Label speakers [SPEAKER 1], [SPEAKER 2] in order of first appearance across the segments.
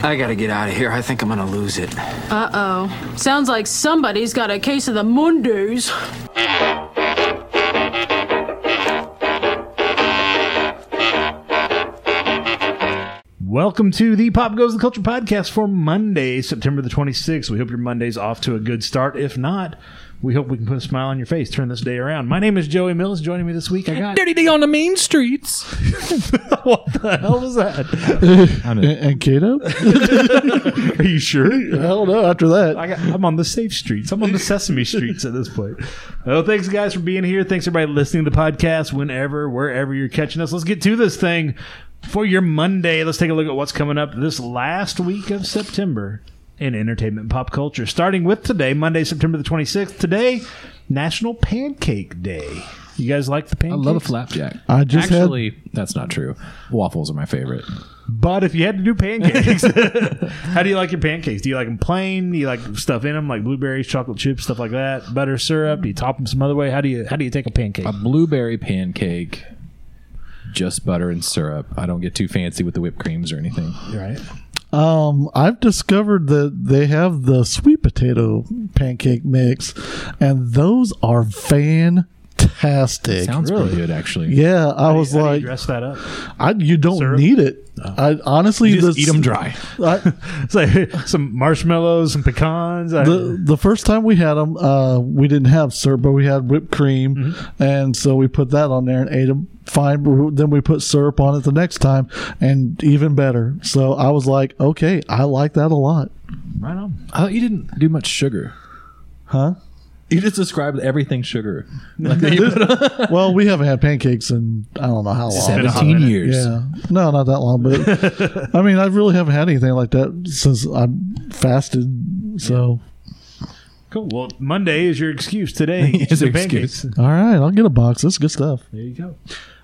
[SPEAKER 1] I gotta get out of here. I think I'm gonna lose it.
[SPEAKER 2] Uh-oh. Sounds like somebody's got a case of the Mondays.
[SPEAKER 3] Welcome to the Pop Goes the Culture podcast for Monday, September the 26th. We hope your Monday's off to a good start. If not, we hope we can put a smile on your face, turn this day around. My name is Joey Mills. Joining me this week, I got.
[SPEAKER 4] Dirty D on the main streets.
[SPEAKER 3] what the hell was that?
[SPEAKER 5] And, and Kato?
[SPEAKER 3] Are you sure?
[SPEAKER 5] Hell no, after that.
[SPEAKER 3] I got, I'm on the safe streets. I'm on the Sesame Streets at this point. Oh, thanks guys for being here. Thanks everybody listening to the podcast whenever, wherever you're catching us. Let's get to this thing for your Monday. Let's take a look at what's coming up this last week of September in entertainment and pop culture. Starting with today, Monday, September the 26th. Today, National Pancake Day. You guys like the
[SPEAKER 4] I
[SPEAKER 3] pancakes?
[SPEAKER 4] love a flapjack.
[SPEAKER 5] I just had-
[SPEAKER 4] Actually, that's not true. Waffles are my favorite.
[SPEAKER 3] But if you had to do pancakes, how do you like your pancakes? Do you like them plain? Do you like stuff in them like blueberries, chocolate chips, stuff like that? Butter syrup? Do you top them some other way? How do you how do you take a pancake?
[SPEAKER 4] A blueberry pancake, just butter and syrup. I don't get too fancy with the whipped creams or anything.
[SPEAKER 3] right.
[SPEAKER 5] Um, I've discovered that they have the sweet potato pancake mix, and those are fantastic.
[SPEAKER 4] Sounds pretty good, actually.
[SPEAKER 5] yeah, I was
[SPEAKER 3] How do you
[SPEAKER 5] like,
[SPEAKER 3] dress that up.
[SPEAKER 5] I, you don't
[SPEAKER 3] syrup?
[SPEAKER 5] need it. I honestly
[SPEAKER 4] You just
[SPEAKER 5] the,
[SPEAKER 4] eat them dry.
[SPEAKER 5] I,
[SPEAKER 3] It's like some marshmallows, some pecans. I-
[SPEAKER 5] the the first time we had them, uh, we didn't have syrup, but we had whipped cream,
[SPEAKER 3] Mm-hmm.
[SPEAKER 5] and so we put that on there and ate them fine. But then we put syrup on it the next time, and even better. So I was like, okay, I like that a lot,
[SPEAKER 3] right on.
[SPEAKER 4] I thought you didn't do much sugar.
[SPEAKER 5] huh?
[SPEAKER 4] You just described everything sugar.
[SPEAKER 5] well, we haven't had pancakes in I don't know how long.
[SPEAKER 3] been a hot
[SPEAKER 4] 17
[SPEAKER 3] minute.
[SPEAKER 4] years.
[SPEAKER 5] Yeah, no, not that long, but I mean, I really haven't had anything like that since I fasted. So,
[SPEAKER 3] Cool. Well, Monday is your excuse today. Get you
[SPEAKER 4] It's
[SPEAKER 3] some
[SPEAKER 4] an
[SPEAKER 3] pancakes.
[SPEAKER 5] all right, I'll get a box. That's good stuff.
[SPEAKER 3] There you go.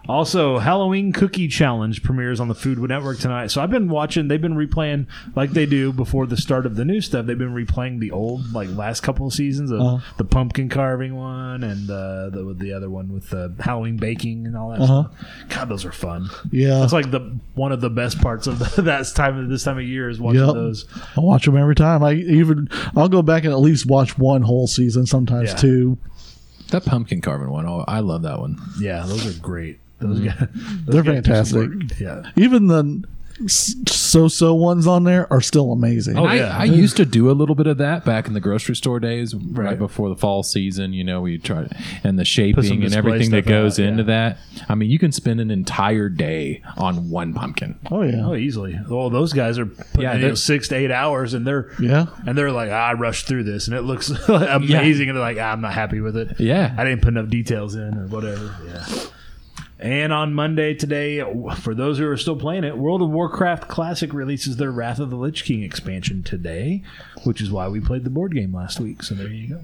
[SPEAKER 3] Also, Halloween Cookie Challenge premieres on the Food Network tonight. So I've been watching. They've been replaying like they do before the start of the new stuff. They've been replaying the old like last couple of seasons of
[SPEAKER 5] Uh-huh.
[SPEAKER 3] the pumpkin carving one and uh, the the other one with the Halloween baking and all that.
[SPEAKER 5] Uh-huh.
[SPEAKER 3] Stuff. God, those are fun.
[SPEAKER 5] Yeah,
[SPEAKER 3] That's like the one of the best parts of that time of this time of year is watching
[SPEAKER 5] Yep.
[SPEAKER 3] those.
[SPEAKER 5] I watch them every time. I even I'll go back and at least watch one whole season, sometimes
[SPEAKER 3] Yeah.
[SPEAKER 5] two.
[SPEAKER 4] That pumpkin carving one. Oh, I love that one.
[SPEAKER 3] Yeah, those are great. Those guys,
[SPEAKER 5] Mm-hmm. They're
[SPEAKER 3] gotta do some
[SPEAKER 5] fantastic.
[SPEAKER 3] work. Yeah.
[SPEAKER 5] Even the so-so ones on there are still amazing.
[SPEAKER 4] I,
[SPEAKER 3] Oh, yeah.
[SPEAKER 4] I used to do a little bit of that back in the grocery store days, right, before the fall season. You know, we try and the shaping and
[SPEAKER 3] display
[SPEAKER 4] everything
[SPEAKER 3] stuff
[SPEAKER 4] that goes
[SPEAKER 3] out, yeah.
[SPEAKER 4] into that. I mean, you can spend an entire day on one pumpkin.
[SPEAKER 5] Oh yeah,
[SPEAKER 3] Oh, easily. Well, those guys are putting
[SPEAKER 4] Yeah,
[SPEAKER 3] in, you
[SPEAKER 4] they're-
[SPEAKER 3] know, six to eight hours, and they're
[SPEAKER 5] Yeah.
[SPEAKER 3] and they're like, "Ah, I rushed through this, and it looks amazing, and they're like, ah, I'm not happy with it.
[SPEAKER 4] Yeah.
[SPEAKER 3] I didn't put enough details in or whatever. Yeah. And on Monday today, for those who are still playing it, World of Warcraft Classic releases their Wrath of the Lich King expansion today, which is why we played the board game last week. So there you go.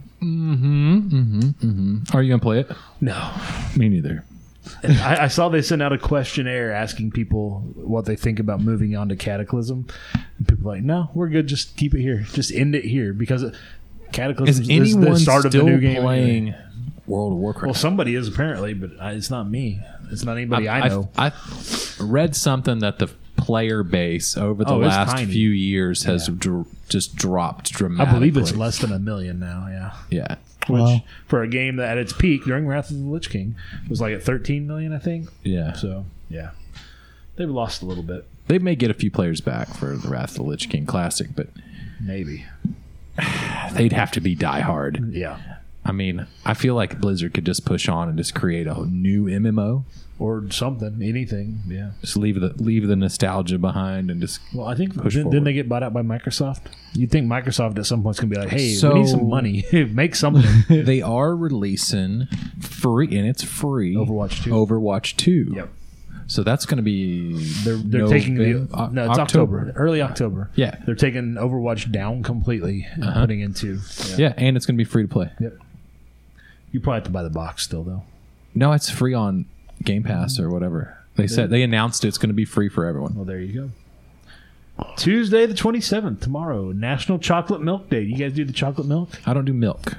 [SPEAKER 4] Are you gonna play it?
[SPEAKER 3] No,
[SPEAKER 4] Me neither.
[SPEAKER 3] I, I saw they sent out a questionnaire asking people what they think about moving on to Cataclysm. And people were like, no, we're good. Just keep it here. Just end it here because uh, Cataclysm
[SPEAKER 4] Is
[SPEAKER 3] is,
[SPEAKER 4] anyone
[SPEAKER 3] the start of
[SPEAKER 4] still
[SPEAKER 3] the new game.
[SPEAKER 4] playing World of Warcraft?
[SPEAKER 3] Well, somebody is apparently, but I, it's not me. It's not anybody I, know.
[SPEAKER 4] I read something that the player base over the
[SPEAKER 3] Oh, it's
[SPEAKER 4] last
[SPEAKER 3] tiny.
[SPEAKER 4] few years has dr- just dropped
[SPEAKER 3] I
[SPEAKER 4] dramatically.
[SPEAKER 3] believe it's less than a million now. Yeah,
[SPEAKER 4] Yeah.
[SPEAKER 3] which
[SPEAKER 5] Wow.
[SPEAKER 3] for a game that at its peak during Wrath of the Lich King was like at 13 million, I think.
[SPEAKER 4] Yeah.
[SPEAKER 3] So yeah, they've lost a little bit,
[SPEAKER 4] They may get a few players back for the Wrath of the Lich King Classic, but
[SPEAKER 3] maybe.
[SPEAKER 4] they'd have to be diehard.
[SPEAKER 3] Yeah,
[SPEAKER 4] I mean, I feel like Blizzard could just push on and just create a new MMO.
[SPEAKER 3] or something, anything. Yeah.
[SPEAKER 4] Just leave the leave the nostalgia behind and just
[SPEAKER 3] Well, I think
[SPEAKER 4] Push
[SPEAKER 3] then, then
[SPEAKER 4] forward.
[SPEAKER 3] they get bought out by Microsoft. You'd think Microsoft at some point's gonna be like, "Hey,
[SPEAKER 4] So-
[SPEAKER 3] we need some money. Make something."
[SPEAKER 4] they are releasing free and it's free
[SPEAKER 3] Overwatch 2.
[SPEAKER 4] Overwatch 2. So that's going to be
[SPEAKER 3] they're they're
[SPEAKER 4] Nov- uh,
[SPEAKER 3] taking the
[SPEAKER 4] O-
[SPEAKER 3] no, it's October. early October.
[SPEAKER 4] Yeah.
[SPEAKER 3] they're taking Overwatch down completely and putting into.
[SPEAKER 4] Yeah, and it's going to be free to play.
[SPEAKER 3] You probably have to buy the box still, though.
[SPEAKER 4] No, it's free on Game Pass or whatever. They said they announced it's going to be free for everyone.
[SPEAKER 3] Well, there you go. Tuesday the 27th, tomorrow, National Chocolate Milk Day. You guys do the chocolate milk?
[SPEAKER 4] I don't do milk.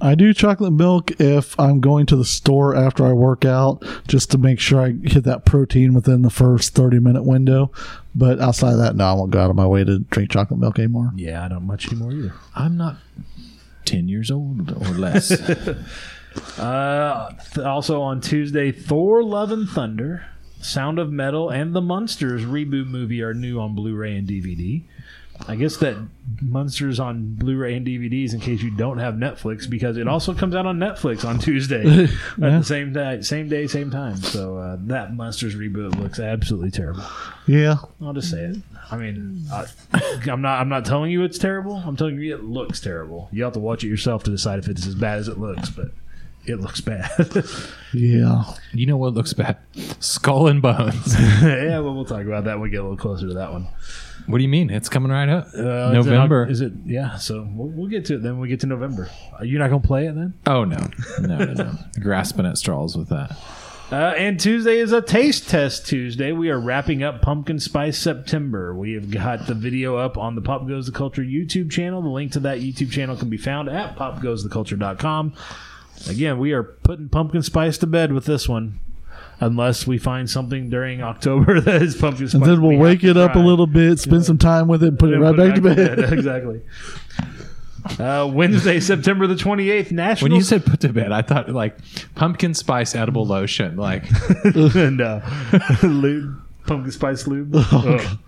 [SPEAKER 5] I do chocolate milk if I'm going to the store after I work out, just to make sure I hit that protein within the first 30 minute window. But outside of that, no, I won't go out of my way to drink chocolate milk anymore.
[SPEAKER 3] Yeah, I don't much anymore either.
[SPEAKER 4] I'm not 10 years old or less.
[SPEAKER 3] Uh, th- also on Tuesday, Thor: Love and Thunder, Sound of Metal, and the Munsters reboot movie are new on Blu-ray and DVD. I guess that Munsters on Blu-ray and DVDs in case you don't have Netflix because it also comes out on Netflix on Tuesday at the same day, same day, same time. So uh, that Munsters reboot looks absolutely terrible.
[SPEAKER 5] Yeah.
[SPEAKER 3] I'll just say it. I mean, I, I'm not. I'm not telling you it's terrible. I'm telling you it looks terrible. You have to watch it yourself to decide if it's as bad as it looks, but it looks bad.
[SPEAKER 5] Yeah.
[SPEAKER 4] you know what looks bad? Skull and bones.
[SPEAKER 3] yeah, well, we'll talk about that. when We get a little closer to that one.
[SPEAKER 4] What do you mean? It's coming right up.
[SPEAKER 3] Uh, is it-
[SPEAKER 4] November.
[SPEAKER 3] is it? Yeah. So we'll, we'll get to it then. when We get to November. Are you not gonna play it then?
[SPEAKER 4] oh, no. No, no, no. Grasping at straws with that.
[SPEAKER 3] Uh, and Tuesday is a taste test Tuesday. We are wrapping up Pumpkin Spice September. We have got the video up on the Pop Goes the Culture YouTube channel. The link to that YouTube channel can be found at popgoestheculture.com. Again, we are putting pumpkin spice to bed with this one, unless we find something during October that is pumpkin spice.
[SPEAKER 5] And then we'll
[SPEAKER 3] we
[SPEAKER 5] wake
[SPEAKER 3] have
[SPEAKER 5] it
[SPEAKER 3] to
[SPEAKER 5] up a
[SPEAKER 3] try.
[SPEAKER 5] little bit, spend some time with it, and put it right
[SPEAKER 3] Put it
[SPEAKER 5] back to bed.
[SPEAKER 3] exactly. Uh, Wednesday, September the 28th, National.
[SPEAKER 4] When you said put to bed, I thought like pumpkin spice edible lotion. Like,
[SPEAKER 3] and, uh, lube, pumpkin spice lube. Uh, Ugh.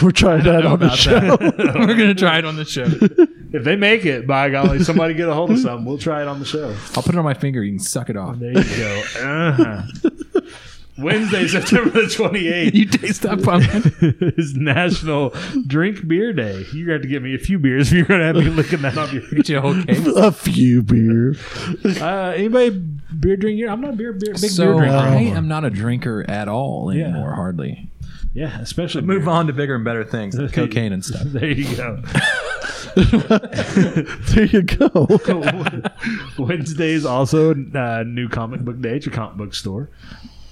[SPEAKER 5] We're trying that on the
[SPEAKER 4] about
[SPEAKER 5] show.
[SPEAKER 4] we're going to try it on the show.
[SPEAKER 3] If they make it, by golly, somebody get a hold of some. We'll try it on the show.
[SPEAKER 4] I'll put it on my finger. You can suck it off.
[SPEAKER 3] There you go. Uh-huh. Wednesday, September the 28th
[SPEAKER 4] You taste that pumpkin.
[SPEAKER 3] is National Drink Beer Day. You're going to have to get me a few beers if you're going to have me licking that up. your-
[SPEAKER 4] Get you a whole case.
[SPEAKER 5] A few beer.
[SPEAKER 3] Uh, anybody beer drinking? I'm not a beer, beer, big beer
[SPEAKER 4] So uh,
[SPEAKER 3] drinker.
[SPEAKER 4] I
[SPEAKER 3] anymore.
[SPEAKER 4] am not a drinker at all
[SPEAKER 3] Yeah.
[SPEAKER 4] anymore, hardly.
[SPEAKER 3] Yeah, especially
[SPEAKER 4] Move
[SPEAKER 3] beer.
[SPEAKER 4] on to bigger and better things, like cocaine and stuff.
[SPEAKER 3] There you go.
[SPEAKER 5] There you go.
[SPEAKER 3] Wednesday is also uh, new comic book day at your comic book store.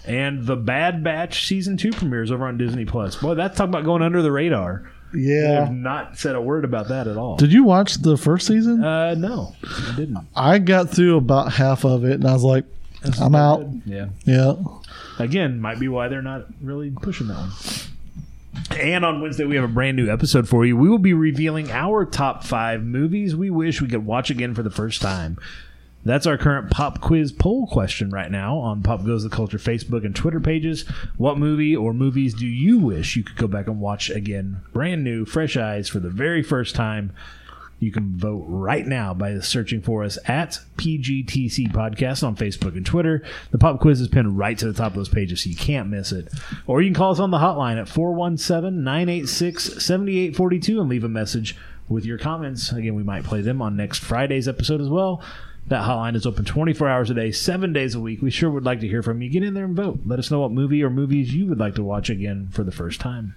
[SPEAKER 3] And the Bad Batch season two premieres over on Disney Plus. Boy, that's talking about going under the radar. I've
[SPEAKER 5] Yeah.
[SPEAKER 3] not said a word about that at all.
[SPEAKER 5] Did you watch the first season?
[SPEAKER 3] uh, no, I didn't.
[SPEAKER 5] I got through about half of it, and I was like, I'm out.
[SPEAKER 3] Yeah.
[SPEAKER 5] Yeah.
[SPEAKER 3] Again, might be why they're not really pushing that one. And on Wednesday, we have a brand new episode for you. We will be revealing our top five movies we wish we could watch again for the first time. That's our current pop quiz poll question right now on Pop Goes the Culture Facebook and Twitter pages. What movie or movies do you wish you could go back and watch again, brand new, fresh eyes for the very first time? You can vote right now by searching for us at PGTC Podcast on Facebook and Twitter. The pop quiz is pinned right to the top of those pages, so you can't miss it. Or you can call us on the hotline at 417 986 7842 and leave a message with your comments. Again, we might play them on next Friday's episode as well. That hotline is open 24 hours a day, seven days a week. We sure would like to hear from you. Get in there and vote. Let us know what movie or movies you would like to watch again for the first time.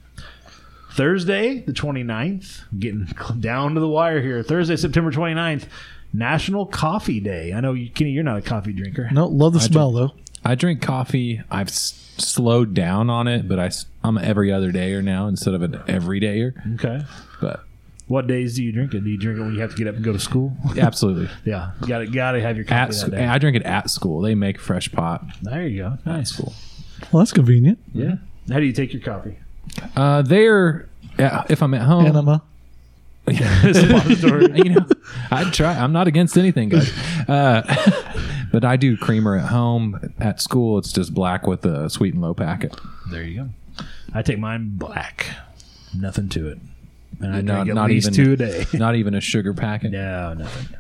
[SPEAKER 3] Thursday, the 29th, getting down to the wire here. Thursday, September 29th, National Coffee Day. I know, you, Kenny, you're not a coffee drinker.
[SPEAKER 5] No, love the smell, though.
[SPEAKER 4] I drink coffee. I've s- slowed down on it, but I, am an every other dayer now instead of an every dayer.
[SPEAKER 3] Okay.
[SPEAKER 4] But
[SPEAKER 3] What days do you drink it? Do you drink it when you have to get up and go to school?
[SPEAKER 4] absolutely,
[SPEAKER 3] Yeah. You gotta, gotta have your coffee
[SPEAKER 4] at
[SPEAKER 3] that
[SPEAKER 4] sc-
[SPEAKER 3] day.
[SPEAKER 4] I drink it at school. They make fresh pot.
[SPEAKER 3] There you go. Nice. Cool.
[SPEAKER 5] Well, that's convenient.
[SPEAKER 3] Yeah. How do you take your coffee?
[SPEAKER 4] Uh, they're yeah, if I'm at home,
[SPEAKER 5] Enema.
[SPEAKER 4] you know, I'd try. I'm not against anything, guys. Uh, but I do creamer at home. At school, it's just black with a sweet and low packet.
[SPEAKER 3] There you go. I take mine black. Nothing to it. And I
[SPEAKER 4] Not-
[SPEAKER 3] drink at
[SPEAKER 4] not
[SPEAKER 3] least
[SPEAKER 4] even-
[SPEAKER 3] two a day.
[SPEAKER 4] Not even a sugar packet.
[SPEAKER 3] no, nothing.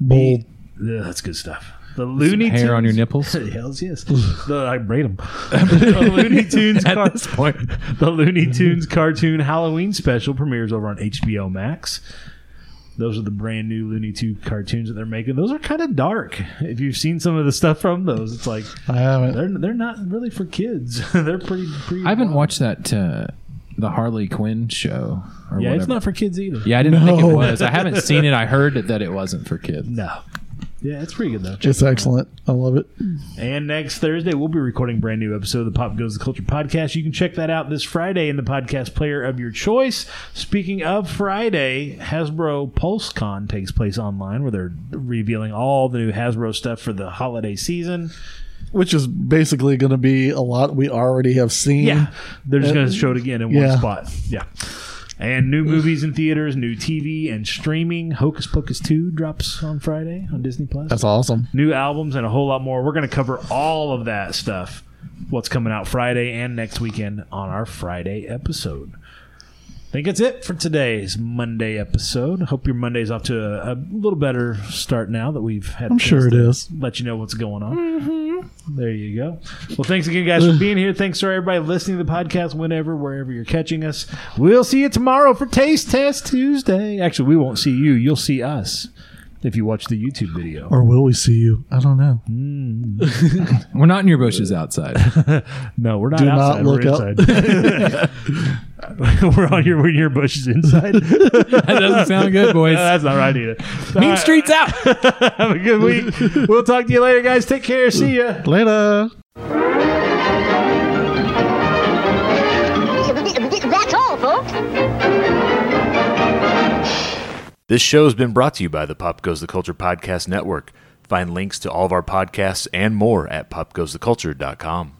[SPEAKER 5] Bold.
[SPEAKER 3] Ugh, that's good stuff. The Looney Tunes.
[SPEAKER 4] Hair on your nipples.
[SPEAKER 3] Hells yes. The- I braid them. the Looney Tunes car-
[SPEAKER 4] At this point,
[SPEAKER 3] The Looney Tunes cartoon Halloween special premieres over on HBO Max. Those are the brand new Looney Tunes cartoons that they're making. Those are kind of dark. If you've seen some of the stuff from those, it's like
[SPEAKER 5] I haven't.
[SPEAKER 3] they're they're not really for kids. they're pretty pretty.
[SPEAKER 4] I haven't watched that uh, the Harley Quinn show. Or
[SPEAKER 3] Yeah,
[SPEAKER 4] whatever.
[SPEAKER 3] it's not for kids either.
[SPEAKER 4] Yeah, I didn't think
[SPEAKER 5] No.
[SPEAKER 4] it was. I haven't seen it. I heard that it wasn't for kids.
[SPEAKER 3] No. Yeah, it's pretty good though.
[SPEAKER 5] It's excellent. I love it.
[SPEAKER 3] And next Thursday, we'll be recording a brand new episode of the Pop Goes the Culture podcast. You can check that out this Friday in the podcast player of your choice. Speaking of Friday, Hasbro PulseCon takes place online where they're revealing all the new Hasbro stuff for the holiday season.
[SPEAKER 5] Which is basically going to be a lot we already have seen.
[SPEAKER 3] They're just going to show it again in
[SPEAKER 5] Yeah.
[SPEAKER 3] one spot. Yeah. And new movies in theaters, new TV and streaming. Hocus Pocus 2 drops on Friday on Disney Plus.
[SPEAKER 5] That's awesome.
[SPEAKER 3] new albums and a whole lot more. We're going to cover all of that stuff. What's coming out Friday and next weekend on our Friday episode. I think that's it for today's Monday episode. Hope your Monday's off to a, a little better start now that we've had.
[SPEAKER 5] I'm sure it is. Mm-hmm.
[SPEAKER 3] Let you know what's going on. There you go. Well, thanks again, guys, for being here. Thanks for everybody listening to the podcast whenever, wherever you're catching us. We'll see you tomorrow for Taste Test Tuesday. Actually, we won't see you. You'll see us if you watch the YouTube video.
[SPEAKER 5] Or will we see you? I don't know.
[SPEAKER 4] We're not in your bushes outside.
[SPEAKER 3] No, we're not
[SPEAKER 5] Do not
[SPEAKER 3] outside.
[SPEAKER 5] look
[SPEAKER 3] we're inside. we're on your we're in your bushes inside. No,
[SPEAKER 4] that doesn't sound good, boys.
[SPEAKER 3] that's not right either.
[SPEAKER 4] mean Streets out.
[SPEAKER 3] Have a good week. We'll talk to you later, guys. Take care. See ya.
[SPEAKER 5] Later.
[SPEAKER 6] That's all, folks.
[SPEAKER 7] This show has been brought to you by the Pop Goes the Culture Podcast Network. Find links to all of our podcasts and more at popgoestheculture.com.